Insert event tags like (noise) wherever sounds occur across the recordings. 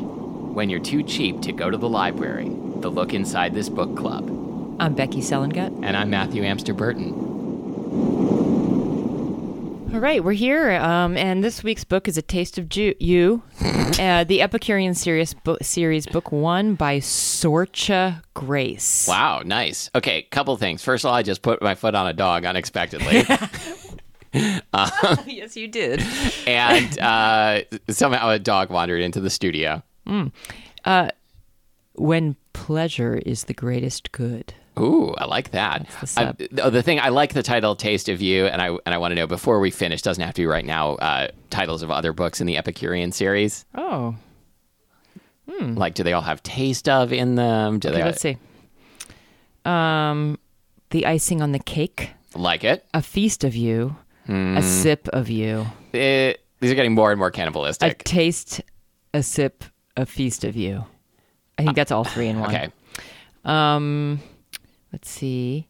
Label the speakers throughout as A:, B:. A: when you're too cheap to go to the library, the look inside this book club.
B: I'm Becky Selengut.
A: And I'm Matthew Amster Burton.
B: All right, we're here, um, and this week's book is A Taste of Ju- (laughs) You, uh, the Epicurean series, bo- series, Book One by Sorcha Grace.
A: Wow, nice. Okay, couple things. First of all, I just put my foot on a dog
B: (laughs)
A: unexpectedly.
B: yes, you did.
A: and uh, somehow a dog wandered into the studio.
B: When pleasure is the greatest good.
A: Ooh, I like that.
B: the
A: I- oh, the thing I like the title "Taste of You," and I and I want to know before we finish. Doesn't have to be right now. Uh, titles of other books in the Epicurean series.
B: Oh,
A: Like, do they all have "taste of" in them? Do
B: Hmm. okay,
A: they
B: let's see. Um, the icing on the cake,
A: like it?
B: a feast of you, a sip of you,
A: Eh, these are getting more and more
B: a
A: cannibalistic.
B: taste, a sip, a feast of you. I think that's all three in one.
A: okay,
B: Um, let's see.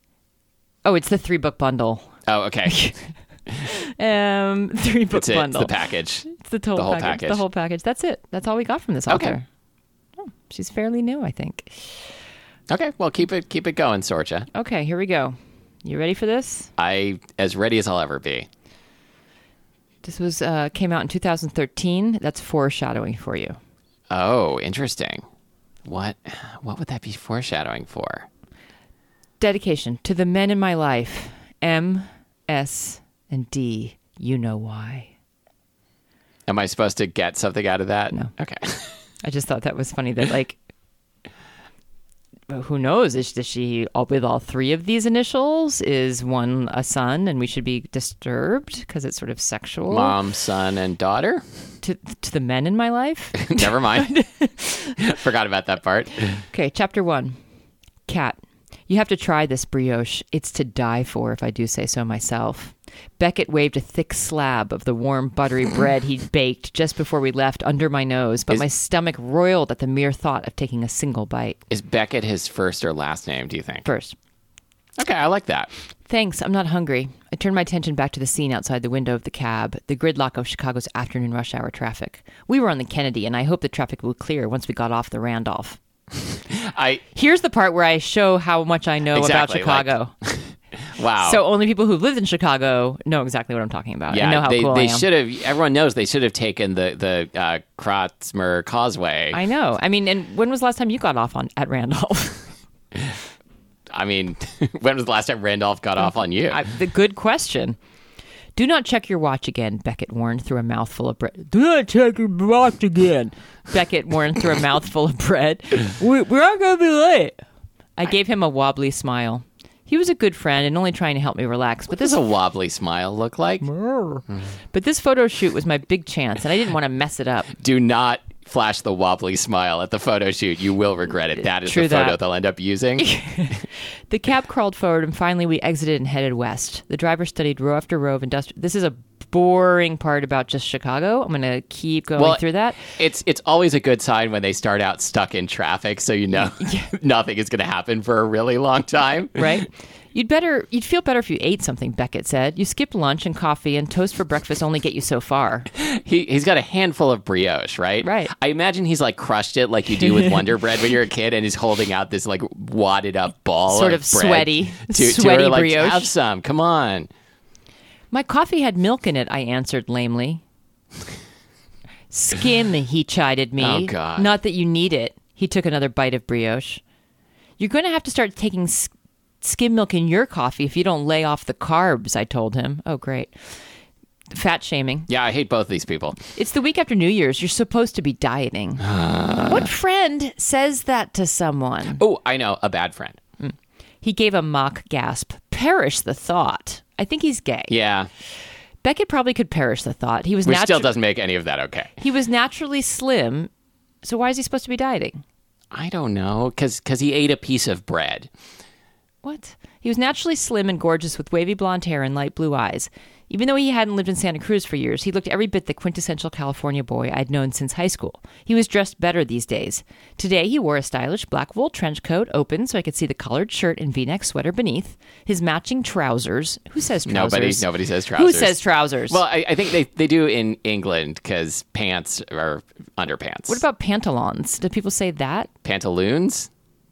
B: Oh, it's the three book bundle.
A: Oh,
B: (laughs)
A: okay.
B: Um, (laughs) three book
A: It's, it. it's
B: bundle.
A: the package.
B: It's the total
A: the whole
B: package,
A: package.
B: The whole package. That's it. That's all we got from this author.
A: Okay.
B: Oh, she's fairly new, I think.
A: Okay, well, keep it keep it going, Sorcha.
B: Okay, here we go. You ready for this?
A: I as ready as I'll ever be.
B: This was uh, came out in 2013. That's foreshadowing for you.
A: Oh, interesting. What what would that be foreshadowing for?
B: Dedication to the men in my life. M, S, and D. You know why.
A: Am I supposed to get something out of that?
B: No.
A: Okay.
B: I just thought that was funny that like who knows is, is she all with all three of these initials is one a son and we should be disturbed because it's sort of sexual
A: Mom, son, and daughter. (laughs)
B: to, to the men in my life
A: Never
B: (laughs)
A: mind. (laughs) Forgot about that part.
B: okay chapter one cat you have to try this brioche it's to die for if i do say so myself beckett waved a thick slab of the warm buttery bread he'd baked just before we left under my nose but my stomach roiled at the mere thought of taking a single bite
A: Is Beckett his first or last name, do you think?
B: first
A: Okay, I like that.
B: Thanks, I'm not hungry. I turned my attention back to the scene outside the window of the cab, the gridlock of Chicago's afternoon rush hour traffic. We were on the Kennedy, and I hoped the traffic would clear once we got off the Randolph.
A: I
B: Here's the part where I show how much I know
A: Exactly,
B: about Chicago.
A: wow.
B: So only people who've lived in Chicago know exactly what I'm talking about.
A: yeah,
B: and know how
A: they,
B: cool
A: they
B: I am.
A: should have. Everyone knows they should have taken the the uh, Kratzmer Causeway.
B: I know. I mean, and when was the last time you got off on at Randolph? (laughs)
A: I mean, (laughs) when was the last time Randolph got off on you?
B: I, the good question. Do not check your watch again, Beckett warned through a mouthful of bread. Do not check your watch again, Beckett warned through a mouthful of bread. We, we're not going to be late. I gave him a wobbly smile. He was a good friend and only trying to help me relax, but
A: What does
B: this
A: a wobbly smile look like?
B: but this photo shoot was my big chance, and I didn't want to mess it up.
A: Do not flash the wobbly smile at the photo shoot. You will regret it. That is
B: True
A: the photo
B: that.
A: they'll end up
B: (laughs)
A: using.
B: The cab crawled forward, and finally we exited and headed west. The driver studied row after row of industrial. This is a boring part about just Chicago. I'm going to keep going
A: Well,
B: through that.
A: It's it's always a good sign when they start out stuck in traffic, so you
B: (laughs)
A: know (laughs) nothing is going to happen for a really long time. (laughs)
B: right? You'd better you'd feel better if you ate something, Beckett said. You skip lunch and coffee and toast for breakfast only get you so far.
A: He he's got a handful of brioche, right?
B: Right.
A: I imagine he's like crushed it like you do
B: (laughs)
A: with Wonder Bread when you're a kid, and he's holding out this like wadded up ball,
B: Sort
A: of,
B: of
A: bread
B: sweaty-
A: to, to
B: sweaty
A: her, like,
B: brioche.
A: Have some, come on.
B: My coffee had milk in it, I answered lamely. Skim, he chided me.
A: Oh, God.
B: Not that you need it. He took another bite of brioche. You're going to have to start taking s- skim milk in your coffee if you don't lay off the carbs, I told him. Oh, great. Fat shaming.
A: Yeah, I hate both these people.
B: It's the week after New Year's. You're supposed to be dieting.
A: Ah.
B: what friend says that to someone?
A: Oh, I know a bad friend.
B: He gave a mock gasp. Perish the thought. I think he's gay.
A: Yeah,
B: Beckett probably could perish the thought. He was
A: which still
B: natu-
A: doesn't make any of that okay.
B: he was naturally slim, so why is he supposed to be dieting?
A: I don't know, because he ate a piece of bread.
B: What? He was naturally slim and gorgeous with wavy blonde hair and light blue eyes. Even though he hadn't lived in Santa Cruz for years, he looked every bit the quintessential California boy I'd known since high school. He was dressed better these days. Today, he wore a stylish black wool trench coat, open so I could see the collared shirt and v neck sweater beneath, his matching trousers. Who says trousers?
A: Nobody, nobody says
B: Who
A: trousers.
B: says trousers?
A: Well, I, I think they, they do in England because pants are underpants.
B: what about pantaloons? Do people say that?
A: pantaloons?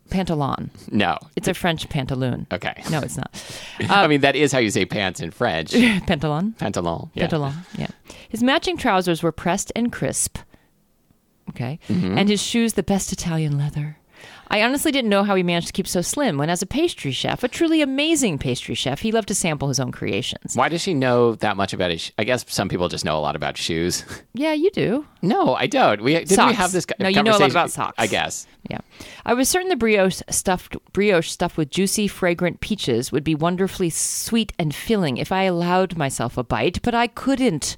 B: Pantalon.
A: No.
B: It's a French pantaloon.
A: Okay.
B: No, Um, it's not.
A: (laughs)
B: (laughs)
A: I mean, that is how you say pants in French.
B: Pantalon.
A: Pantalon. Yeah.
B: Pantalon. Yeah. His matching trousers were pressed and crisp. Okay.
A: Mm-hmm.
B: And his shoes, the best Italian leather. I honestly didn't know how he managed to keep so slim when, as a pastry chef, a truly amazing pastry chef, he loved to sample his own creations.
A: Why does she know that much about his? I guess some people just know a lot about shoes. (laughs)
B: Yeah, you do.
A: No, I don't. We didn't we
B: Socks.
A: have this co-
B: No, you know a lot
A: conversation-
B: about socks.
A: I guess.
B: Yeah. I was certain the brioche stuffed brioche stuffed with juicy, fragrant peaches would be wonderfully sweet and filling if I allowed myself a bite, but I couldn't.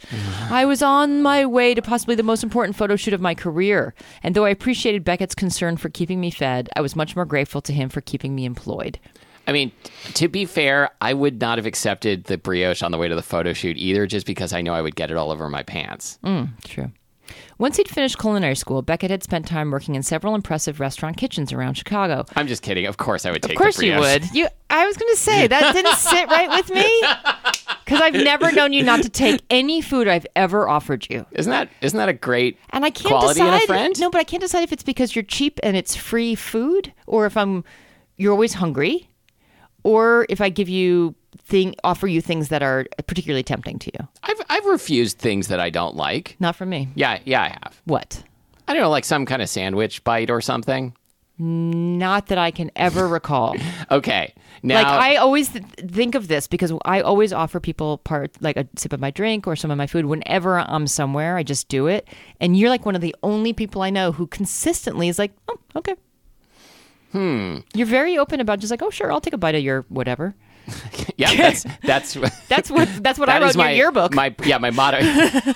B: I was on my way to possibly the most important photo shoot of my career, and though I appreciated Beckett's concern for keeping me fed, I was much more grateful to him for keeping me employed.
A: I mean, t- to be fair, I would not have accepted the brioche on the way to the photo shoot either, just because I know I would get it all over my pants.
B: Mm. True. Once he'd finished culinary school, Beckett had spent time working in several impressive restaurant kitchens around Chicago.
A: I'm just kidding. Of course, I would take.
B: Of course
A: the
B: you
A: brioche.
B: would. You I was going to say that didn't sit right
A: (laughs)
B: with me. Cuz I've never known you not to take any food I've ever offered you.
A: Isn't that isn't that a great
B: And I can't
A: quality
B: decide
A: in a friend?
B: No, but I can't decide if it's because you're cheap and it's free food or if I'm you're always hungry or if I give you thing offer you things that are particularly tempting to you.
A: I've I've refused things that I don't like.
B: Not for me.
A: Yeah, yeah, I have.
B: What?
A: I don't know, like some kind of sandwich bite or something.
B: Not that I can ever recall.
A: Okay, now
B: Like I always th- think of this because I always offer people part like a sip of my drink or some of my food whenever I'm somewhere. I just do it, and you're like one of the only people I know who consistently is like, "Oh, okay." Hmm. You're very open about just like, "Oh, sure, I'll take a bite of your whatever."
A: (laughs) yeah,
B: (laughs)
A: that's that's that (laughs)
B: That's what that's what I wrote
A: is
B: in your
A: my
B: yearbook
A: My yeah, my motto.
B: (laughs)
A: (laughs)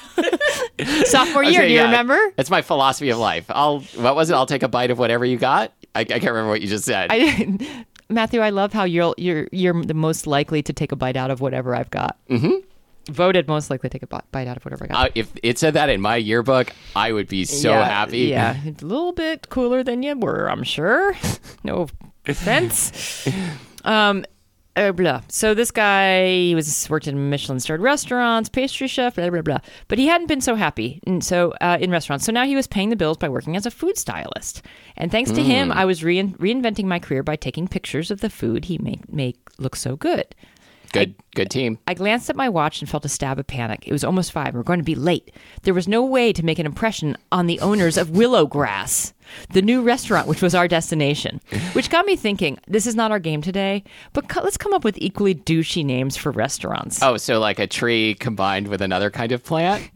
B: sophomore year.
A: Okay,
B: do you
A: yeah.
B: remember?
A: That's my philosophy of life. I'll what was it? I'll take a bite of whatever you got. I, I can't remember what you just said.
B: I, (laughs) Matthew, I love how you're you're you're the most likely to take a bite out of whatever I've got. Mm-hmm. Voted most likely to take a bi- bite out of whatever I got.
A: Uh, if it said that in my yearbook, I would be so
B: yeah,
A: happy.
B: Yeah, a little bit cooler than you were, I'm sure. No offense.
A: (laughs)
B: Um, uh, blah. So this guy he was worked in Michelin-starred restaurants, pastry chef, blah blah blah. But he hadn't been so happy, and so uh, in restaurants. So now he was paying the bills by working as a food stylist. And thanks to
A: Hmm.
B: him, I was rein reinventing my career by taking pictures of the food he make make look so good.
A: Good, good team.
B: I glanced at my watch and felt a stab of panic. It was almost five. We were going to be late. There was no way to make an impression on the owners of Willow Grass, the new restaurant, which was our destination. Which got me thinking: this is not our game today. But co- let's come up with equally douchey names for restaurants,
A: Oh, so like a tree combined with another kind of plant,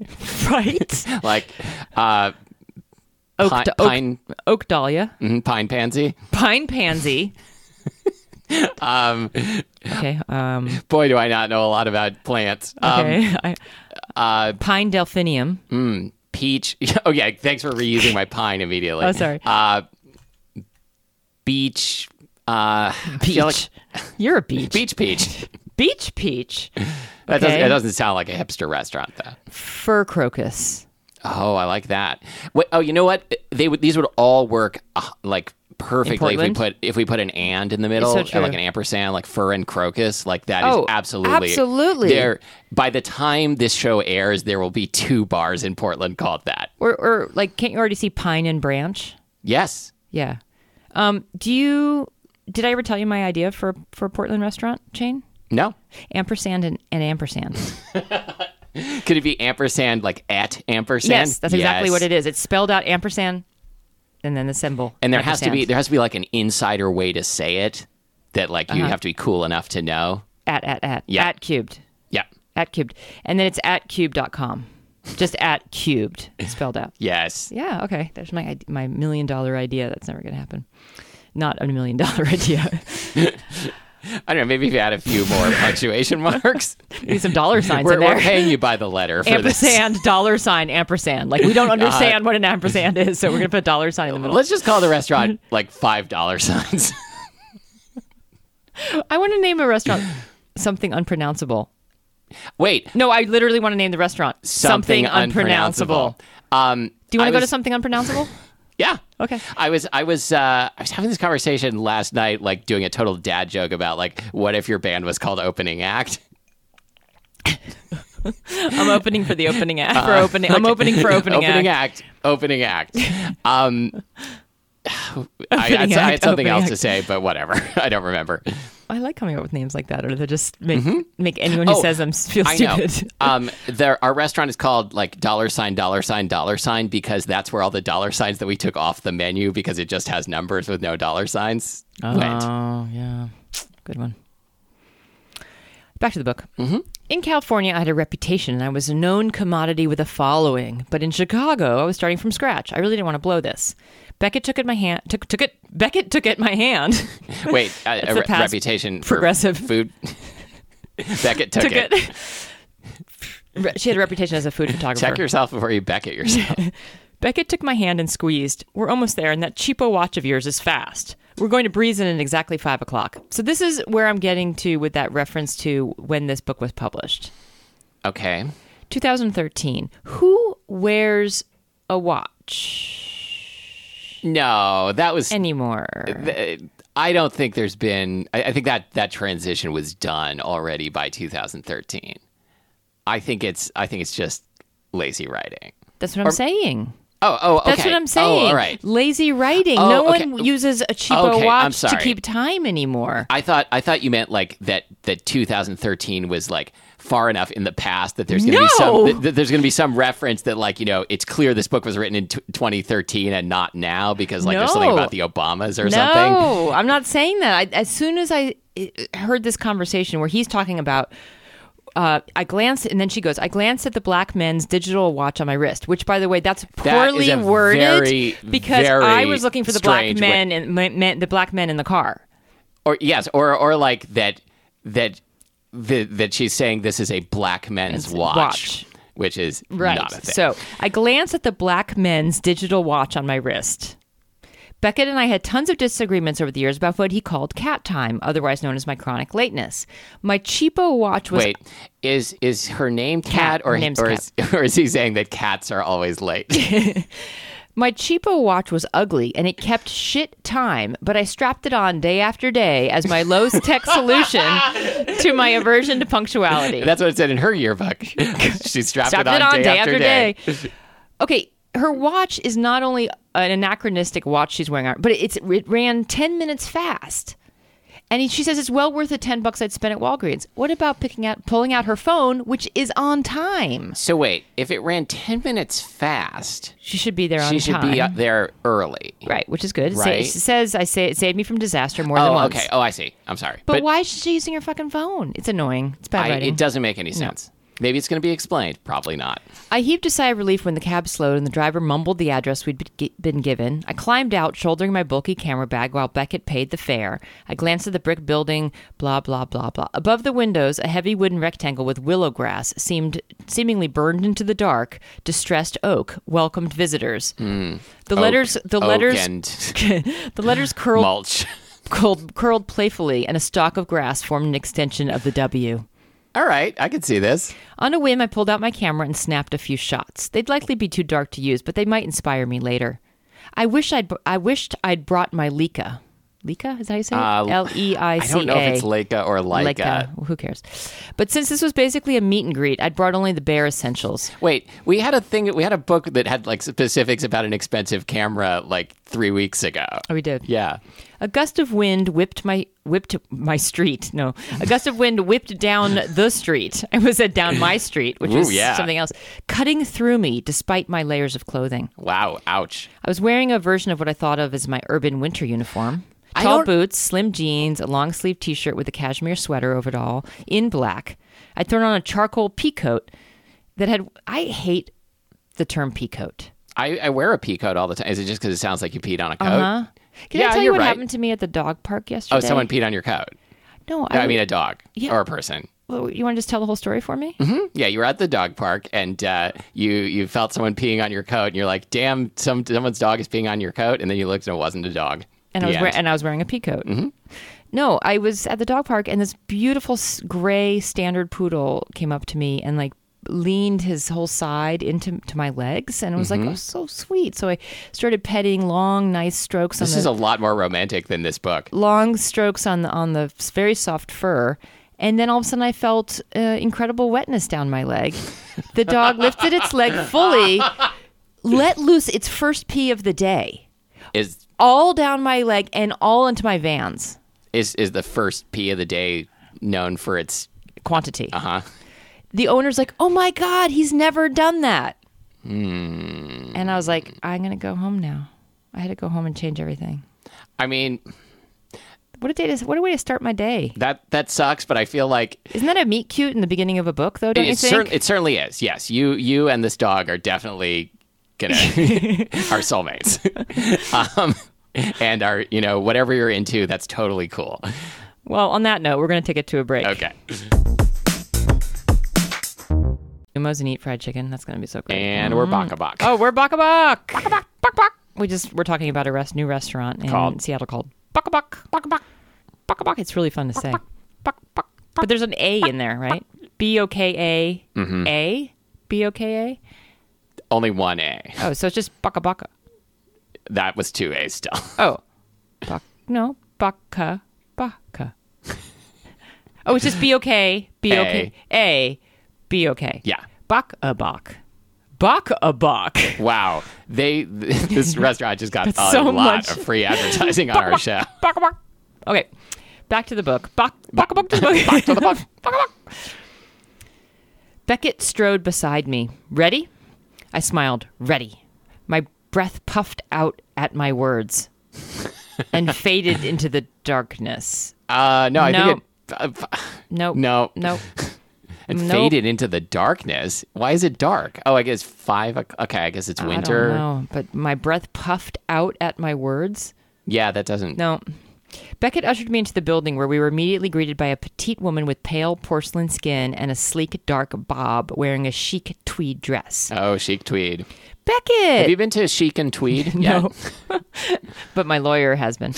B: (laughs) right?
A: like uh,
B: Oak,
A: pi-
B: da- oak,
A: pine
B: oak dahlia,
A: mhm, pine pansy. (laughs)
B: pine pansy. um. Okay. Um.
A: Boy, do I not know a lot about plants. Um, uh,
B: Okay. I- (laughs) pine delphinium.
A: peach. (laughs) Oh yeah, thanks for reusing my pine immediately.
B: Oh, sorry.
A: Uh, beach. Uh, I
B: Peach.
A: feel like-
B: You're a beach.
A: beach peach.
B: (laughs) Beach peach.
A: That, doesn't,
B: Okay.
A: that doesn't sound like a hipster restaurant though.
B: Fur crocus.
A: Oh, I like that. What, oh, you know what? They would these would all work uh, like perfectly if we
B: Portland?
A: put if we put an and in the middle
B: so
A: and like
B: true.
A: an ampersand, like fur and crocus. Like that is
B: Oh,
A: absolutely
B: absolutely.
A: There, by the time this show airs, there will be two bars in Portland called that.
B: or or like can't you already see pine and branch
A: Yes.
B: yeah um do you did i ever tell you my idea for for a portland restaurant chain
A: No.
B: ampersand and, and
A: (laughs)
B: ampersand
A: Could it be ampersand like at ampersand?
B: yes that's exactly
A: Yes.
B: what it is it's spelled out ampersand and then the symbol
A: And there has to be
B: ampersand.
A: there has to be like an insider way to say it that like
B: Uh-huh.
A: you have to be cool enough to know.
B: at at at
A: Yeah.
B: at cubed
A: Yeah.
B: at cubed and then it's at cube.com just at cubed
A: (laughs)
B: spelled out
A: Yes.
B: yeah okay there's my ide- my million dollar idea that's never gonna happen not a million dollar (laughs) idea
A: I don't know. Maybe if you add a few
B: (laughs)
A: more punctuation marks.
B: need some dollar signs
A: We're,
B: in there
A: we're paying you by the letter for this. Uh,
B: ampersand dollar sign ampersand like we don't
A: (laughs)
B: understand what an ampersand is so we're gonna put a dollar sign in the middle
A: Let's just call the restaurant like five dollar signs.
B: (gasps) i want to name a restaurant something unpronounceable
A: (laughs) Wait,
B: No, I literally want to name the restaurant something, unpronounceable.
A: Um,
B: Do you want
A: I
B: to go to
A: was-
B: something unpronounceable?
A: Yeah. (laughs)
B: Okay.
A: I was I was uh, I was having this conversation last night, like doing a total dad joke about like what if your band was called Opening Act?
B: I'm opening for the
A: (laughs)
B: opening act. for opening, I'm opening for opening,
A: Uh, opening
B: act.
A: act. Opening
B: (laughs)
A: act. Um, (sighs) I, I had,
B: Opening
A: I had
B: act,
A: something
B: opening
A: else
B: act.
A: to say, but whatever. (laughs) I don't remember.
B: I like coming up with names like that, or they just make, make anyone who
A: Oh,
B: says them feel
A: I know.
B: stupid. (laughs)
A: Um, there, our restaurant is called like dollar sign, dollar sign, dollar sign because that's where all the dollar signs that we took off the menu because it just has numbers with no dollar signs went.
B: Oh, yeah. Good one. Back to the book. Mm-hmm. In California, I had a reputation and I was a known commodity with a following. But in Chicago, I was starting from scratch. I really didn't want to blow this. Beckett took it my hand. Took, took it. Beckett took it my hand.
A: Wait, a, a
B: the
A: re-
B: past
A: reputation for
B: progressive. (laughs)
A: food. Beckett took,
B: took
A: it.
B: it. Re- she had a reputation as a food photographer.
A: Check yourself before you Beckett
B: (laughs)
A: yourself.
B: Beckett took my hand and squeezed. We're almost there, and that cheapo watch of yours is fast. We're going to breeze in at exactly five o'clock. So this is where I'm getting to with that reference to when this book was published.
A: okay.
B: 2013. Who wears a watch
A: No, that was.
B: anymore?
A: th- I don't think there's been. I, I think that that transition was done already by 2013. I think it's. I think it's just lazy writing.
B: That's what I'm saying.
A: Oh, oh, okay.
B: That's what I'm saying.
A: Oh, all right.
B: Lazy writing.
A: Oh,
B: no
A: okay.
B: one uses a cheapo
A: Okay, I'm
B: watch to
A: sorry.
B: keep time anymore.
A: I thought I thought you meant like that that 2013 was like far enough in the past that there's going to be some
B: No!
A: th- th- there's going to be some reference that like you know it's clear this book was written in t- 2013 and not now because like there's something
B: No.
A: about the Obamas or something.
B: No, I'm not saying that. I, as soon as I uh, heard this conversation where he's talking about, uh, I glanced, and then she goes, I glanced at the black men's digital watch on my wrist, which, by the way, that's
A: That is
B: poorly
A: a
B: worded
A: very,
B: because
A: very
B: I was looking for the black
A: strange way-
B: men and men, men, the black men in the car.
A: Or yes, or or like that that the, that she's saying this is a black men's watch,
B: watch.
A: which is
B: Right.
A: not a thing.
B: So I glanced at the black men's digital watch on my wrist. Beckett and I had tons of disagreements over the years about what he called cat time, otherwise known as my chronic lateness. My cheapo watch was
A: Wait, is is her name Kat,
B: Kat.
A: or
B: Her name's
A: or
B: Kat.
A: is (laughs) or is he saying that cats are always late?
B: My cheapo watch was ugly and it kept shit time, but I strapped it on day after day as my Lowe's
A: (laughs)
B: tech solution to my aversion to punctuality.
A: That's what it said in her yearbook. (laughs) she strapped,
B: Strapped
A: it, on day, after day.
B: (laughs) okay, her watch is not only an anachronistic watch she's wearing, but it's it ran ten minutes fast. And he- she says it's well worth the ten bucks I'd spend at Walgreens. What about picking out, pulling out her phone, which is on time?
A: So wait, if it ran ten minutes fast,
B: She should be there on
A: she should
B: time,
A: be up there early.
B: right? Which is good. It sa-
A: Right.
B: It says I say it saved me from disaster more than
A: Oh,
B: once.
A: okay. Oh, I see. I'm sorry,
B: But, why is she using her fucking phone? It's annoying. It's bad
A: I,
B: writing.
A: it doesn't make any sense. Maybe it's going to be explained. Probably not.
B: I heaved a sigh of relief when the cab slowed and the driver mumbled the address we'd be- gi- been given. I climbed out, shouldering my bulky camera bag while Beckett paid the fare. I glanced at the brick building, blah blah blah blah. Above the windows, a heavy wooden rectangle with willow grass seemed seemingly burned into the dark. Distressed oak welcomed visitors. The letters, the
A: Hmm. Oak
B: letters,
A: and
B: (laughs) the letters curled
A: mulch.
B: curled curled playfully, and a stalk of grass formed an extension of the W.
A: All right, I can see this.
B: On a whim, I pulled out my camera and snapped a few shots. They'd likely be too dark to use, but they might inspire me later. I wish I'd I wished I'd brought my Leica. Leica is that how you say
A: Uh,
B: it? L e i
A: I
B: c a.
A: don't know if it's Leica or Leica.
B: Leica. Who cares? But since this was basically a meet and greet, I'd brought only the bare essentials.
A: Wait, we had a thing. We had a book that had like specifics about an expensive camera like three weeks ago.
B: Oh, we did.
A: Yeah.
B: A gust of wind whipped my whipped my street. No, a gust of wind whipped down the street. I was said down my street, which
A: Ooh,
B: is
A: yeah.
B: something else, cutting through me despite my layers of clothing.
A: Wow. Ouch.
B: I was wearing a version of what I thought of as my urban winter uniform.
A: I
B: Tall
A: don't-
B: boots, slim jeans, a long sleeve t shirt with a cashmere sweater over it all, in black. I'd thrown on a charcoal pea coat that had. I hate the term pea coat.
A: I, I wear a pea coat all the time. Is it just because it sounds like you peed on a coat?
B: Huh? Can
A: Yeah,
B: I tell you
A: you're
B: what
A: right.
B: happened to me at the dog park yesterday?
A: Oh, someone peed on your coat.
B: No, I,
A: I mean, a dog or a person. Hmm?
B: you want to just tell the whole story for me?
A: Yeah, you were at the dog park and uh, you you felt someone peeing on your coat, and you're like, "Damn, some someone's dog is peeing on your coat," and then you looked and it wasn't a dog.
B: And
A: The
B: I
A: end.
B: was
A: Mm-hmm.
B: wearing and I was wearing a pea coat. No, I was at the dog park and this beautiful s- gray standard poodle came up to me and like leaned his whole side into to my legs and I was
A: Mm-hmm.
B: like, "Oh, so sweet." So I started petting long nice strokes on
A: This
B: the
A: is a lot more romantic than this book.
B: long strokes on the on the very soft fur. And then all of a sudden, I felt uh, incredible wetness down my leg. The dog lifted its leg fully, let loose its first pee of the day,
A: Is
B: all down my leg and all into my vans.
A: is is the first pee of the day known for its
B: Quantity.
A: uh huh.
B: The owner's like, "Oh my god, he's never done that." And I was like, "I'm gonna go home now." I had to go home and change everything.
A: I mean,
B: What a day! To, what a way to start my day!
A: that that sucks, but I feel like
B: Isn't that a meet cute in the beginning of a book, though? Don't
A: it,
B: you think?
A: cer- it certainly is. Yes, you you and this dog are definitely
B: (laughs)
A: gonna are soulmates, (laughs) um, and are you know whatever you're into, that's totally cool.
B: Well, on that note, we're going to take it to a break.
A: Okay,
B: Umos and eat fried chicken. That's going to be so great.
A: and we're baka baka.
B: oh, we're Baka Bak. Baka Bak. Bak Bak. We just we're talking about a rest, new restaurant in
A: Called-
B: Seattle called Baka Bak. Baka Bak. Baka Bak. It's really fun to say. But there's an A in there, right? B O K A A B O K
A: Only one A.
B: A. Oh, so it's just Baka Baka.
A: That was two A's still. (laughs)
B: Oh, Bak. No, Baka (laughs) Baka. Oh, it's just B O K B O K A B O K.
A: Yeah.
B: Bak a bak. Bak a bak.
A: Wow, they (laughs)
B: (laughs)
A: this restaurant just got a
B: so
A: lot
B: much.
A: of free advertising on our
B: (laughs)
A: show.
B: Bak a bak. Okay, back to the book. Bak bak a bak to (laughs) the book. back to the book. bak a bak. Beckett strode beside me. Ready? I smiled. Ready. My breath puffed out at my (laughs) words and faded into the darkness.
A: Uh, no, I think it uh,
B: Nope.
A: No. (laughs)
B: Nope.
A: it
B: Nope.
A: faded into the darkness. Why is it dark? Oh, I guess five. o'c- Okay, I guess it's winter.
B: I don't know, but my breath puffed out at my words.
A: Yeah, that doesn't.
B: No. Beckett ushered me into the building where we were immediately greeted by a petite woman with pale porcelain skin and a sleek dark bob wearing a chic tweed dress.
A: Oh, chic tweed. Have
B: Beckett!
A: you been to Chic and Tweed? (laughs) Yeah.
B: but my lawyer has been.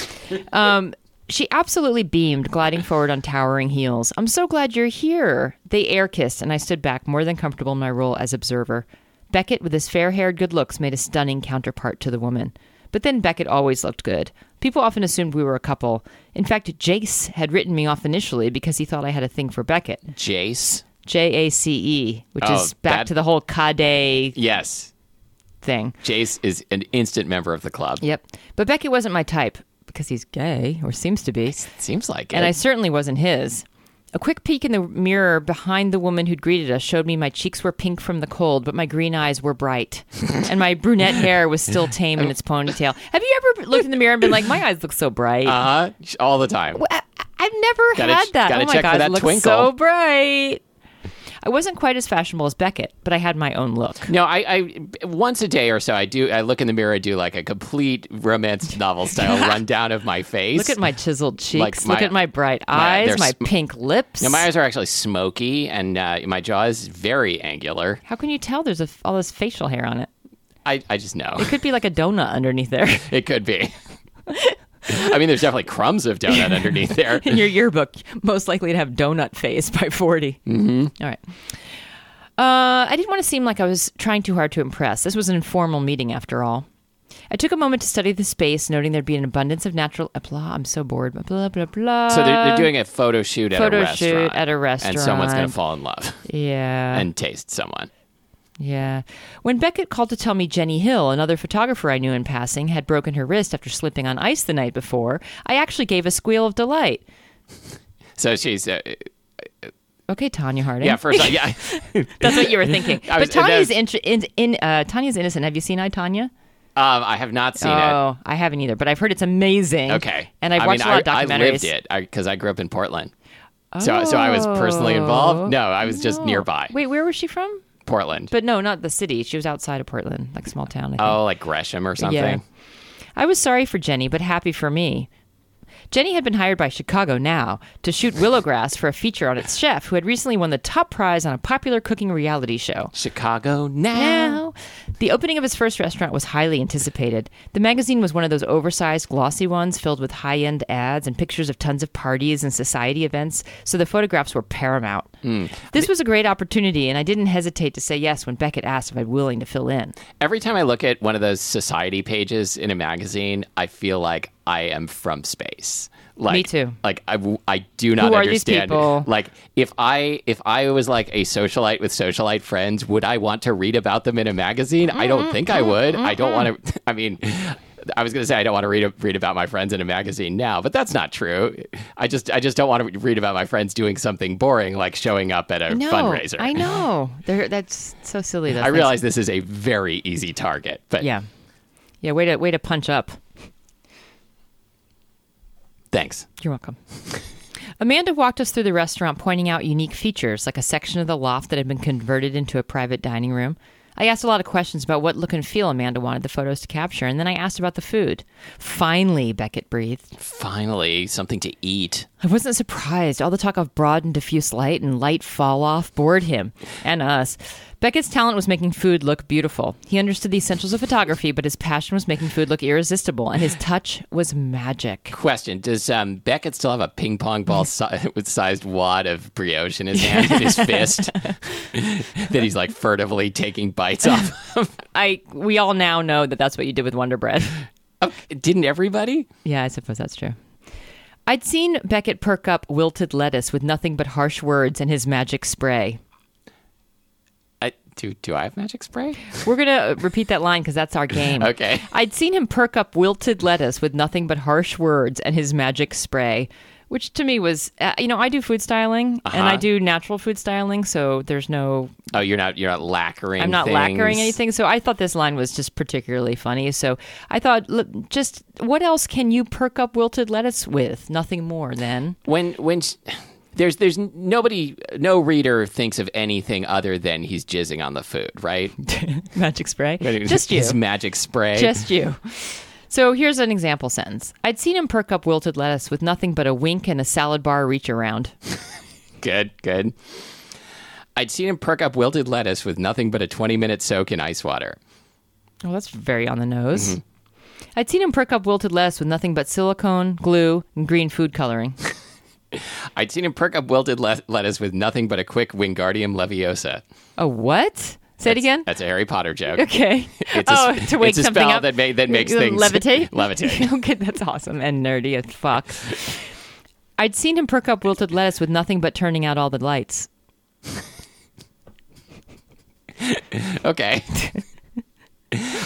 B: Um, she absolutely beamed, gliding forward on towering heels. I'm so glad you're here. They air kissed, and I stood back, more than comfortable in my role as observer. Beckett, with his fair haired good looks, made a stunning counterpart to the woman. But then Beckett always looked good. People often assumed we were a couple. In fact, Jace had written me off initially because he thought I had a thing for Beckett.
A: Jace.
B: J A C E, which
A: Oh,
B: is back
A: that-
B: to the whole Kade
A: Yes.
B: thing.
A: Jace is an instant member of the club.
B: Yep. But Beckett wasn't my type because he's gay, or seems to be.
A: Seems like
B: and I
A: it.
B: certainly wasn't his. A quick peek in the mirror behind the woman who'd greeted us showed me my cheeks were pink from the cold, but my green eyes
A: (laughs)
B: were bright, and my brunette hair was still tame in its ponytail. Have you ever looked in the mirror and been like, "My eyes look so bright"?
A: uh huh. All the time.
B: I, have never
A: Gotta
B: had
A: ch-
B: that.
A: gotta
B: oh my
A: check for
B: god,
A: that
B: it looks
A: twinkle.
B: so bright. I wasn't quite as fashionable as Beckett, but I had my own look.
A: No, I, I once a day or so I do I look in the mirror I do like a complete romance novel
B: (laughs)
A: style rundown of my face.
B: Look at my chiseled
A: Like
B: cheeks.
A: my-
B: look at my bright
A: my- they're
B: eyes. My,
A: sm-
B: pink lips.
A: Now, my eyes are actually smoky and uh, my jaw is very angular.
B: How can you tell? There's a, all this facial hair on it.
A: I, I just know.
B: It could be like a donut underneath there. (laughs)
A: It could be. I mean, there's definitely crumbs of donut underneath there.
B: (laughs) in your yearbook, most likely to have donut face by 40. Mm-hmm. right. Uh, I didn't want to seem like I was trying too hard to impress. This was an informal meeting, after all. I took a moment to study the space, noting there'd be an abundance of natural. uh, Blah, I'm so bored. Blah, blah, blah.
A: So they're, they're doing a photo shoot at
B: Uh, Photo
A: a
B: shoot
A: restaurant.
B: at a
A: And someone's going
B: restaurant.
A: to fall in love
B: Yeah.
A: and taste someone.
B: Yeah. When Beckett called to tell me Jenny Hill, another photographer I knew in passing, had broken her wrist after slipping on ice the night before, I actually gave a squeal of delight.
A: So she's, uh,
B: Okay, Tanya Harding.
A: yeah, first, off,
B: (laughs)
A: yeah. um,
B: That's what you were thinking.
A: (laughs) I was-
B: but Tanya's
A: that-
B: in, in, in, uh, Tanya's innocent. Have you seen I Tanya?
A: um, I have not seen it.
B: Oh, I haven't either, but I've heard it's amazing.
A: Okay.
B: and I've
A: I
B: watched
A: mean,
B: a lot
A: I,
B: of documentaries.
A: I lived it because I grew up in Portland. So, so I was personally involved. No, I was just
B: Oh.
A: nearby
B: Wait, where was she from?
A: Portland.
B: But no, not the city. She was outside of Portland, like small town. I think.
A: oh, like Gresham or something.
B: I was sorry for Jenny, but happy for me. Jenny had been hired by Chicago Now to shoot Willowgrass for a feature on its chef, who had recently won the top prize on a popular cooking reality show.
A: Uh-huh. Chicago now.
B: Now, The opening of his first restaurant was highly anticipated. The magazine was one of those oversized, glossy ones filled with high end ads and pictures of tons of parties and society events, so the photographs were paramount.
A: Hmm.
B: This was a great opportunity, and I didn't hesitate to say yes when Beckett asked if I'd willing to fill in.
A: Every time I look at one of those society pages in a magazine, I feel like I am from space. Like,
B: too.
A: Like I, w- I do not
B: Who are these
A: understand.
B: people?
A: Like if I if I was like a socialite with socialite friends, would I want to read about them in a magazine? I don't think I would. I don't want to. (laughs) I mean. I was going to say I don't want to read read about my friends in a magazine now, but that's not true. I just I just don't want to read about my friends doing something boring like showing up at a
B: No,
A: fundraiser.
B: I know. They're, that's so silly. those
A: I
B: things.
A: realize this is a very easy target, but
B: Yeah. Yeah, way to, way to punch up.
A: thanks.
B: You're welcome. Amanda walked us through the restaurant, pointing out unique features like a section of the loft that had been converted into a private dining room. I asked a lot of questions about what look and feel Amanda wanted the photos to capture, and then I asked about the food. Finally, Beckett breathed.
A: Finally, something to eat.
B: I wasn't surprised. All the talk of broad and diffuse light and light fall off bored him and us. Beckett's talent was making food look beautiful. He understood the essentials of photography, but his passion was making food look irresistible, and his touch was magic.
A: Question: Does um, Beckett still have a ping pong ball si- (laughs) with sized wad of brioche in his hand, in his fist, (laughs) that he's like furtively taking bites off? (laughs)
B: I we all now know that that's what you did with Wonder Bread. (laughs)
A: Oh, didn't everybody?
B: Yeah, I suppose that's true. I'd seen Beckett perk up wilted lettuce with nothing but harsh words and his magic spray.
A: I, do do I have magic spray?
B: We're going to repeat that line because that's our game.
A: (laughs) Okay.
B: I'd seen him perk up wilted lettuce with nothing but harsh words and his magic spray, which to me was, uh, you know, I do food styling and
A: Uh-huh.
B: I do natural food styling, so there's no
A: Oh, you're not you're not lacquering.
B: I'm not
A: things.
B: lacquering anything. So I thought this line was just particularly funny. So I thought, look, just what else can you perk up wilted lettuce with? Nothing more than.
A: When when s- there's there's nobody no reader thinks of anything other than he's jizzing on the food, right?
B: (laughs) Magic spray. Just you.
A: his magic spray.
B: Just you. So here's an example sentence. I'd seen him perk up wilted lettuce with nothing but a wink and a salad bar reach around.
A: Good, good. I'd seen him perk up wilted lettuce with nothing but a 20 minute soak in ice water.
B: Well, Oh, that's very on the nose.
A: Mm-hmm.
B: I'd seen him perk up wilted lettuce with nothing but silicone, glue, and green
A: (laughs)
B: food coloring.
A: I'd seen him perk up wilted le- lettuce with nothing but a quick Wingardium Leviosa.
B: Oh, what? Say it again.
A: That's a Harry Potter joke.
B: Okay.
A: (laughs) It's a,
B: oh,
A: sp-
B: to wake
A: it's a
B: something
A: spell
B: up. Uh,
A: That, ma- that makes things (laughs)
B: levitate.
A: levitate.
B: (laughs) okay, that's awesome and nerdy as fuck. I'd seen him perk up wilted lettuce with nothing but turning out all the lights. (laughs)
A: (laughs) Okay.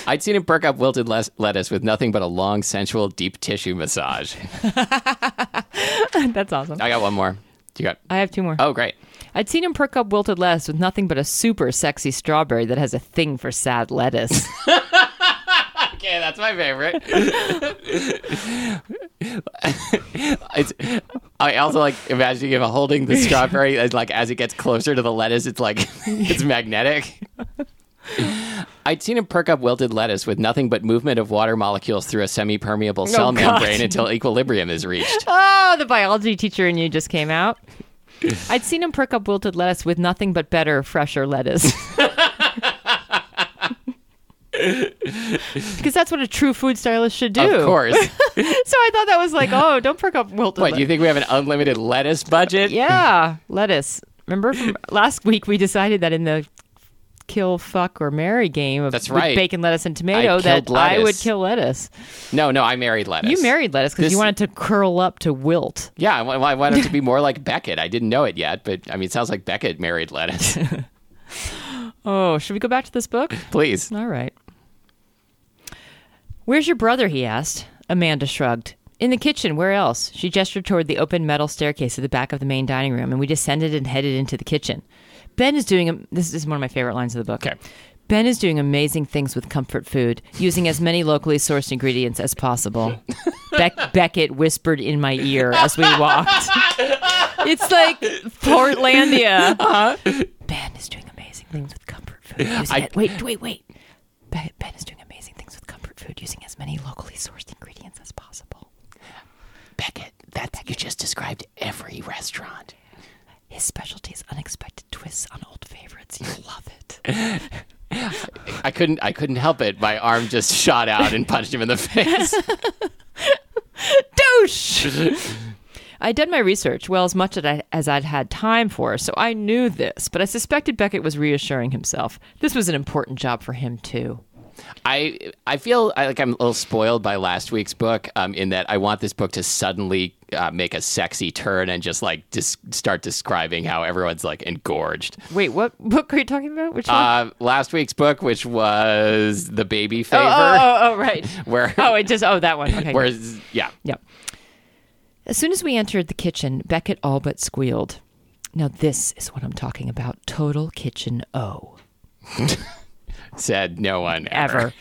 A: I'd seen him perk up wilted les- lettuce with nothing but a long, sensual, deep tissue massage.
B: that's awesome.
A: I got one more. You got.
B: I have two more.
A: Oh, great.
B: I'd seen him perk up wilted lettuce with nothing but a super sexy strawberry that has a thing for
A: (laughs)
B: sad lettuce.
A: Okay, that's my favorite. (laughs) it's, I also like imagining him holding the strawberry as like as it gets closer to the lettuce, it's like (laughs) it's
B: (laughs)
A: magnetic. I'd seen him perk up wilted lettuce with nothing but movement of water molecules through a semi-permeable cell
B: Oh, God.
A: membrane until equilibrium is
B: (laughs)
A: reached.
B: oh, the biology teacher in you just came out. I'd seen him perk up wilted lettuce with nothing but better,
A: (laughs)
B: fresher lettuce. Because that's what a true food stylist should do.
A: Of course.
B: (laughs) So I thought that was like, oh, don't perk up wilted
A: What do you
B: lettuce.
A: think we have an unlimited lettuce budget?
B: yeah, lettuce. Remember from last week we decided that in the kill, fuck, or marry game of
A: That's
B: with
A: right.
B: bacon, lettuce, and tomato
A: I
B: that
A: killed
B: I would
A: lettuce.
B: kill lettuce.
A: No, no, I married lettuce.
B: You married lettuce because you
A: This-
B: wanted to curl up to wilt.
A: Yeah, I, wa- I wanted
B: (laughs)
A: to be more like Beckett. I didn't know it yet, but I mean, it sounds like Beckett married lettuce. (laughs)
B: Oh, should we go back to this book?
A: Please.
B: All right. Where's your brother? He asked. Amanda shrugged. In the kitchen. Where else? She gestured toward the open metal staircase at the back of the main dining room, and we descended and headed into the kitchen. Ben is doing. am- This is one of my favorite lines of the book.
A: Okay.
B: Ben is doing amazing things with comfort food, using as many locally sourced ingredients
A: (laughs)
B: as possible. Beck- Beckett whispered in my ear as we
A: (laughs)
B: walked. it's like Portlandia. Ben is doing amazing things with comfort food. using
A: Uh-huh. I-
B: it- wait, wait, wait. Ben, ben is doing amazing things with comfort food using as many locally sourced ingredients as possible.
A: Beckett, that you just described every restaurant. (laughs)
B: His specialty is unexpected twists on old favorites. You'll love it.
A: I couldn't. I couldn't help it. My arm just shot out and punched him in the (laughs) face.
B: Douche! I did my research well as much as, I, as I'd had time for, so I knew this, but I suspected Beckett was reassuring himself. This was an important job for him, too.
A: I I feel I- like I'm a little spoiled by last week's book um, in that I want this book to suddenly uh, make a sexy turn and just like dis- start describing how everyone's like engorged.
B: Wait, what book are you talking about? Which one?
A: Uh, last week's book, which was the baby favor,
B: oh, oh, oh, oh, right.
A: where
B: Oh, it just, oh, that one. Okay.
A: where yeah
B: Yep. As soon as we entered the kitchen, Beckett all but squealed. Now, this is what I'm talking about total kitchen O.
A: said no one ever.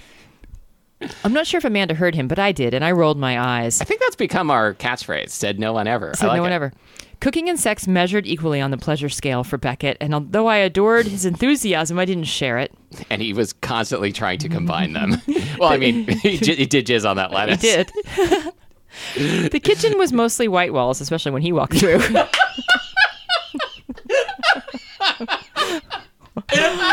B: Ever. I'm not sure if Amanda heard him, but I did, and I rolled my eyes.
A: I think that's become our catchphrase. Said no one ever. I
B: said
A: like
B: no one
A: it.
B: ever. Cooking and sex measured equally on the pleasure scale for Beckett, and although I adored his enthusiasm, I didn't share it.
A: and he was constantly trying to combine them. (laughs) well, I mean, he, j- he did jizz on that lettuce.
B: He did. (laughs) the kitchen was mostly white walls, especially when he walked through.
A: (laughs)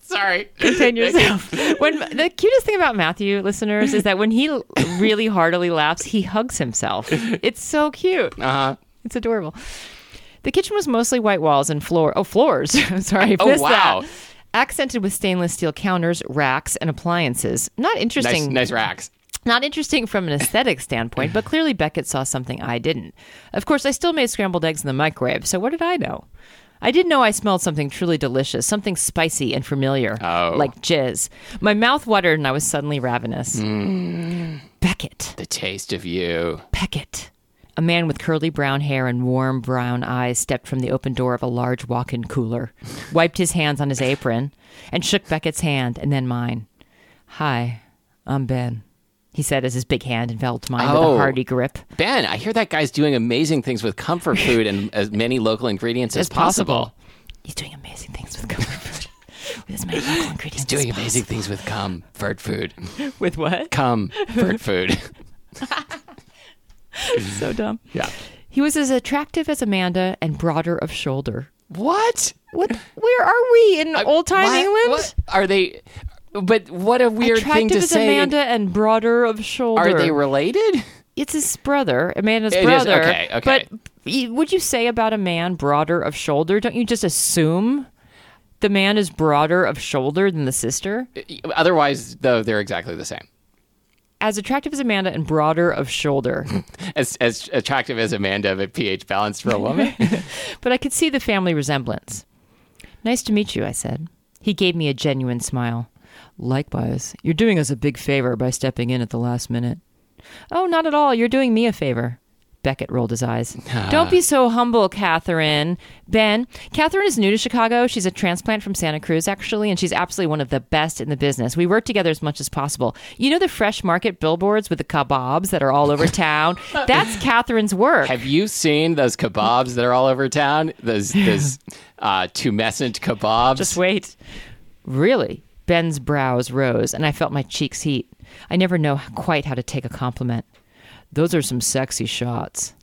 A: Sorry.
B: Contain yourself. When the cutest thing about Matthew, listeners, is that when he (laughs) l- really heartily laughs, he hugs himself. It's so cute.
A: Uh-huh.
B: It's adorable. The kitchen was mostly white walls and floor. Oh, floors. (laughs) I'm Sorry, I
A: Oh,
B: missed
A: wow.
B: that. Accented with stainless steel counters, racks, and appliances. Not
A: Nice,
B: interesting.
A: nice racks.
B: Not interesting from an aesthetic standpoint, but clearly Beckett saw something I didn't. Of course, I still made scrambled eggs in the microwave, so what did I know? I did know I smelled something truly delicious, something spicy and familiar,
A: Oh.
B: like jizz. My mouth watered and I was suddenly ravenous. Beckett.
A: The taste of you.
B: Beckett. A man with curly brown hair and warm brown eyes stepped from the open door of a large walk in cooler, wiped his hands on his apron, and shook Beckett's hand and then mine. Hi, I'm Ben, he said as his big hand enveloped mine with
A: Oh.
B: a hearty grip.
A: Ben, I hear that guy's doing amazing things with comfort food and (laughs) as many local ingredients as, possible.
B: He's doing amazing things with comfort food. With as many local ingredients. as
A: Doing
B: possible.
A: amazing things with comfort food. (clears throat)
B: With what? (laughs)
A: Comfort food. (laughs)
B: So dumb.
A: yeah.
B: He was as attractive as Amanda and broader of shoulder.
A: What? (laughs)
B: What? Where are we in old time
A: Why-
B: England?
A: what- Are they? But what a weird thing
B: attractive
A: to
B: as
A: say.
B: Amanda and broader of shoulder.
A: Are they related?
B: It's his brother, Amanda's
A: It is,
B: brother.
A: okay, okay.
B: But y- would you say about a man broader of shoulder? Don't you just assume the man is broader of shoulder than the sister?
A: Otherwise, though, they're exactly the same.
B: As attractive as Amanda and broader of shoulder.
A: As as attractive as Amanda, but pH balanced for a
B: (laughs)
A: woman.
B: but I could see the family resemblance. Nice to meet you, I said. He gave me a genuine smile. Likewise, you're doing us a big favor by stepping in at the last minute. Oh, not at all. You're doing me a favor. Beckett rolled his eyes. Don't be so humble, Catherine. Ben, Catherine is new to Chicago. She's a transplant from Santa Cruz, actually, and she's absolutely one of the best in the business. We work together as much as possible. You know the fresh market billboards with the kebabs that are all over town? That's Catherine's work.
A: Have you seen those kebabs that are all over town? Those those uh, tumescent kebabs.
B: Just wait. Really? Ben's brows rose, and I felt my cheeks heat. I never know quite how to take a compliment. Those are some sexy shots.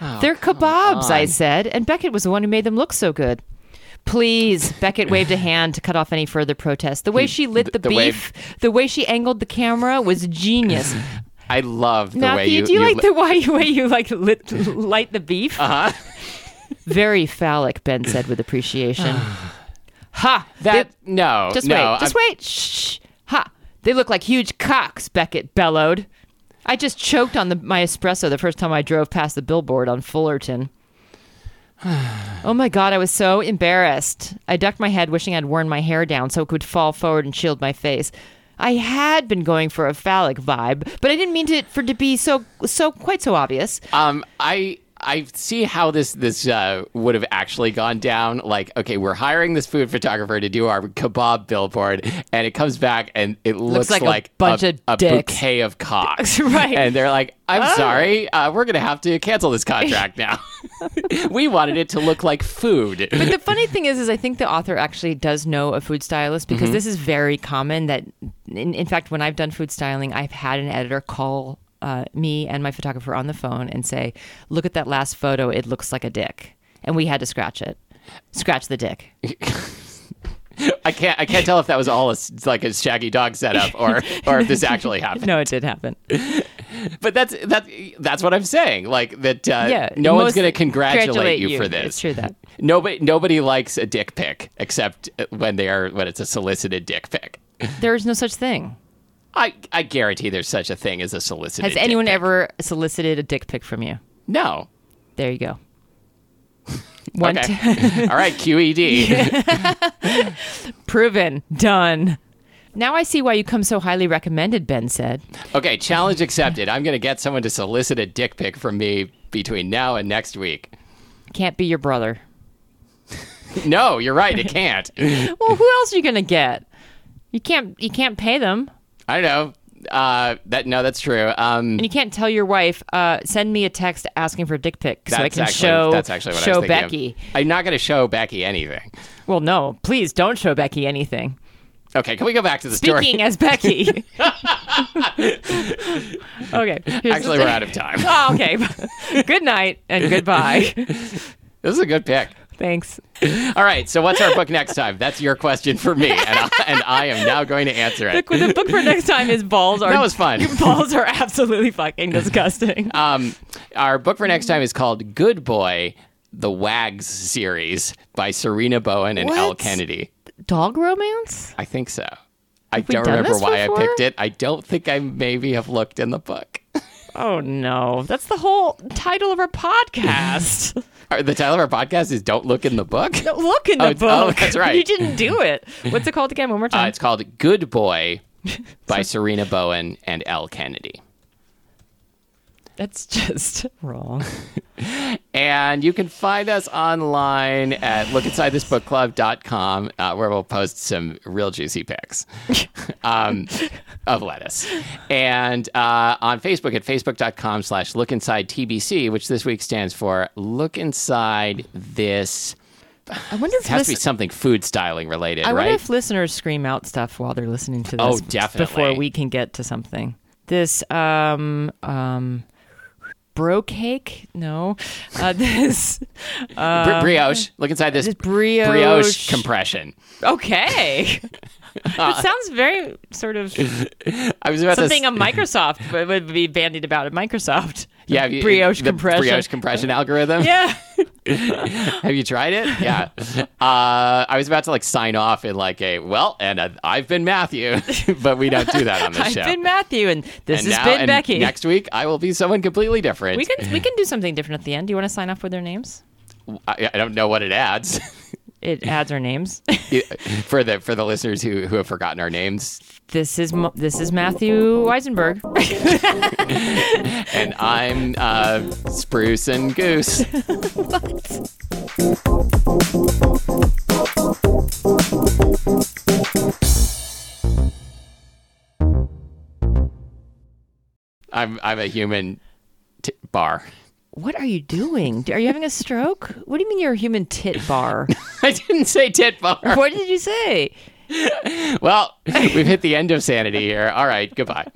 A: Oh,
B: They're kebabs, I said, and Beckett was the one who made them look so good. Please, Beckett
A: (laughs)
B: waved a hand to cut off any further protest. The way she lit the,
A: the way-
B: beef, the way she angled the camera was
A: (laughs)
B: genius.
A: I love the way
B: Matthew,
A: you.
B: do you, like
A: li- Uh-huh.
B: the way, way (laughs) you like lit, light the beef? Uh huh. Very phallic, Ben said
A: (sighs)
B: with appreciation. ha!
A: that?
B: They-
A: no,
B: just
A: no,
B: wait. Just
A: I'm-
B: wait. Shh. Ha! They look like huge cocks. Beckett bellowed. I just choked on the, my espresso the first time I drove past the billboard on Fullerton. (sighs) oh my god, I was so embarrassed. I ducked my head, wishing I'd worn my hair down so it could fall forward and shield my face. I had been going for a phallic vibe, but I didn't mean to, for it to be so so quite so obvious.
A: Um, I I see how this this uh, would have actually gone down. Like, okay, we're hiring this food photographer to do our kebab billboard, and it comes back and it looks,
B: like a bunch of
A: a
B: dicks.
A: bouquet of cocks,
B: (laughs) Right. Oh.
A: And they're like, "I'm sorry, uh, we're gonna have to cancel this
B: (laughs)
A: contract now. (laughs) we wanted it to look like food."
B: But the funny thing is, is I think the author actually does know a food stylist because
A: Mm-hmm.
B: this is very common. That in, in fact, when I've done food styling, I've had an editor call uh, me and my photographer on the phone and say, "Look at that last photo; it looks like a dick," and we had to scratch it, scratch the dick.
A: (laughs) I can't. I can't tell if that was all a s like a shaggy dog setup
B: (laughs)
A: or or if this actually happened.
B: No, it did happen.
A: Uh, But that's that. That's what I'm saying. Like that. Uh,
B: Yeah.
A: no one's
B: most-
A: going to congratulate, you, for
B: It's
A: this.
B: true that.
A: Nobody. Nobody likes a dick pic except uh, when they are when it's a solicited dick pic.
B: There is no
A: (laughs)
B: such thing.
A: I I guarantee there's such a thing as a solicited.
B: Has
A: dick
B: anyone
A: pic.
B: ever solicited a dick pic from you?
A: No.
B: There
A: (laughs)
B: you go. One t-
A: Okay. (laughs) all right. E QED.
B: proven, done. Now I see why you come so highly recommended, Ben said.
A: Okay, challenge accepted. I'm going to get someone to solicit a dick pic from me between now and next week.
B: Can't be your brother.
A: No, you're right. It can't. I
B: Well, who else are you gonna get? You can't you can't pay them.
A: don't know. Uh, that no, that's true. Um,
B: And you can't tell your wife, uh, send me a text asking for a dick pic so I
A: that's
B: can
A: actually,
B: show
A: that's actually what I
B: show
A: was thinking of.
B: Becky.
A: I'm not going to show Becky anything.
B: Well, no, please don't show Becky anything.
A: Okay, can we go back to the
B: Speaking
A: story? (laughs)
B: as Becky. okay. here's the
A: Actually,
B: thing. (laughs)
A: we're out of time.
B: Oh, okay. Good night and goodbye.
A: This is a good pick.
B: Thanks.
A: All right, so what's our book next time? That's your question for me, and I, and I am now going to answer
B: The,
A: it.
B: the book for next time is balls are
A: That was fun.
B: (laughs) balls are absolutely fucking disgusting.
A: Um, our book for next time is called Good Boy, the Wags series by Serena Bowen and Al
B: What?
A: Kennedy.
B: Dog romance?
A: I think so. I
B: we
A: don't
B: done
A: remember
B: this
A: why
B: before?
A: I picked it. I don't think I maybe have looked in the book.
B: Oh no, that's the whole title of our podcast.
A: (laughs) Or the title of our podcast is "Don't Look in the Book."
B: Don't Look in the
A: Oh, it's- oh,
B: book.
A: that's right.
B: You didn't do it. What's it called again? One more
A: Uh,
B: time.
A: it's called "Good Boy"
B: (laughs)
A: by Serena Bowen and L. Kennedy.
B: that's just
A: (laughs)
B: wrong.
A: And you can find us online at lookinsidethisbookclub.com, uh, where we'll post some real juicy
B: (laughs)
A: pics um, of lettuce. And uh, on Facebook at facebook.com slash lookinsidetbc, which this week stands for Look Inside This.
B: I wonder
A: It
B: if
A: has to be
B: listen-
A: something food styling related,
B: I
A: right?
B: wonder if listeners scream out stuff while they're listening to
A: Oh,
B: this
A: definitely.
B: before we can get to something. This um um bro cake? No. Uh, (laughs) this
A: Bri- brioche. Look inside this
B: um, this brioche-
A: brioche compression. (laughs)
B: Okay. it sounds very sort of
A: I was about
B: something
A: to.
B: a
A: s-
B: Microsoft would- would be bandied about at Microsoft.
A: yeah, have you-
B: brioche
A: the
B: compression.
A: Brioche compression algorithm. (laughs)
B: Yeah.
A: Have you tried it? Yeah. Uh, I was about to like sign off in like a well, and uh, I've been Matthew, (laughs) but we don't do that on this
B: I've
A: show.
B: been Matthew and this
A: and
B: has
A: now,
B: been
A: and
B: Becky.
A: Next week, I will be someone completely different.
B: we can we can do something different at the end. Do you want to sign off with their names?
A: I, I don't know what it adds (laughs)
B: It adds our names. (laughs)
A: for the for the listeners who who have forgotten our names.
B: this is Mo- this is Matthew Weisenberg.
A: And I'm uh, Spruce and Goose. I'm I'm a human t- bar.
B: (laughs)
A: (laughs)
B: what are you doing? Are you having a stroke? What do you mean you're a human tit
A: (laughs)
B: bar?
A: I didn't say tit
B: (laughs)
A: bar.
B: what did you say?
A: Well, we've hit the end of sanity here. All right, goodbye.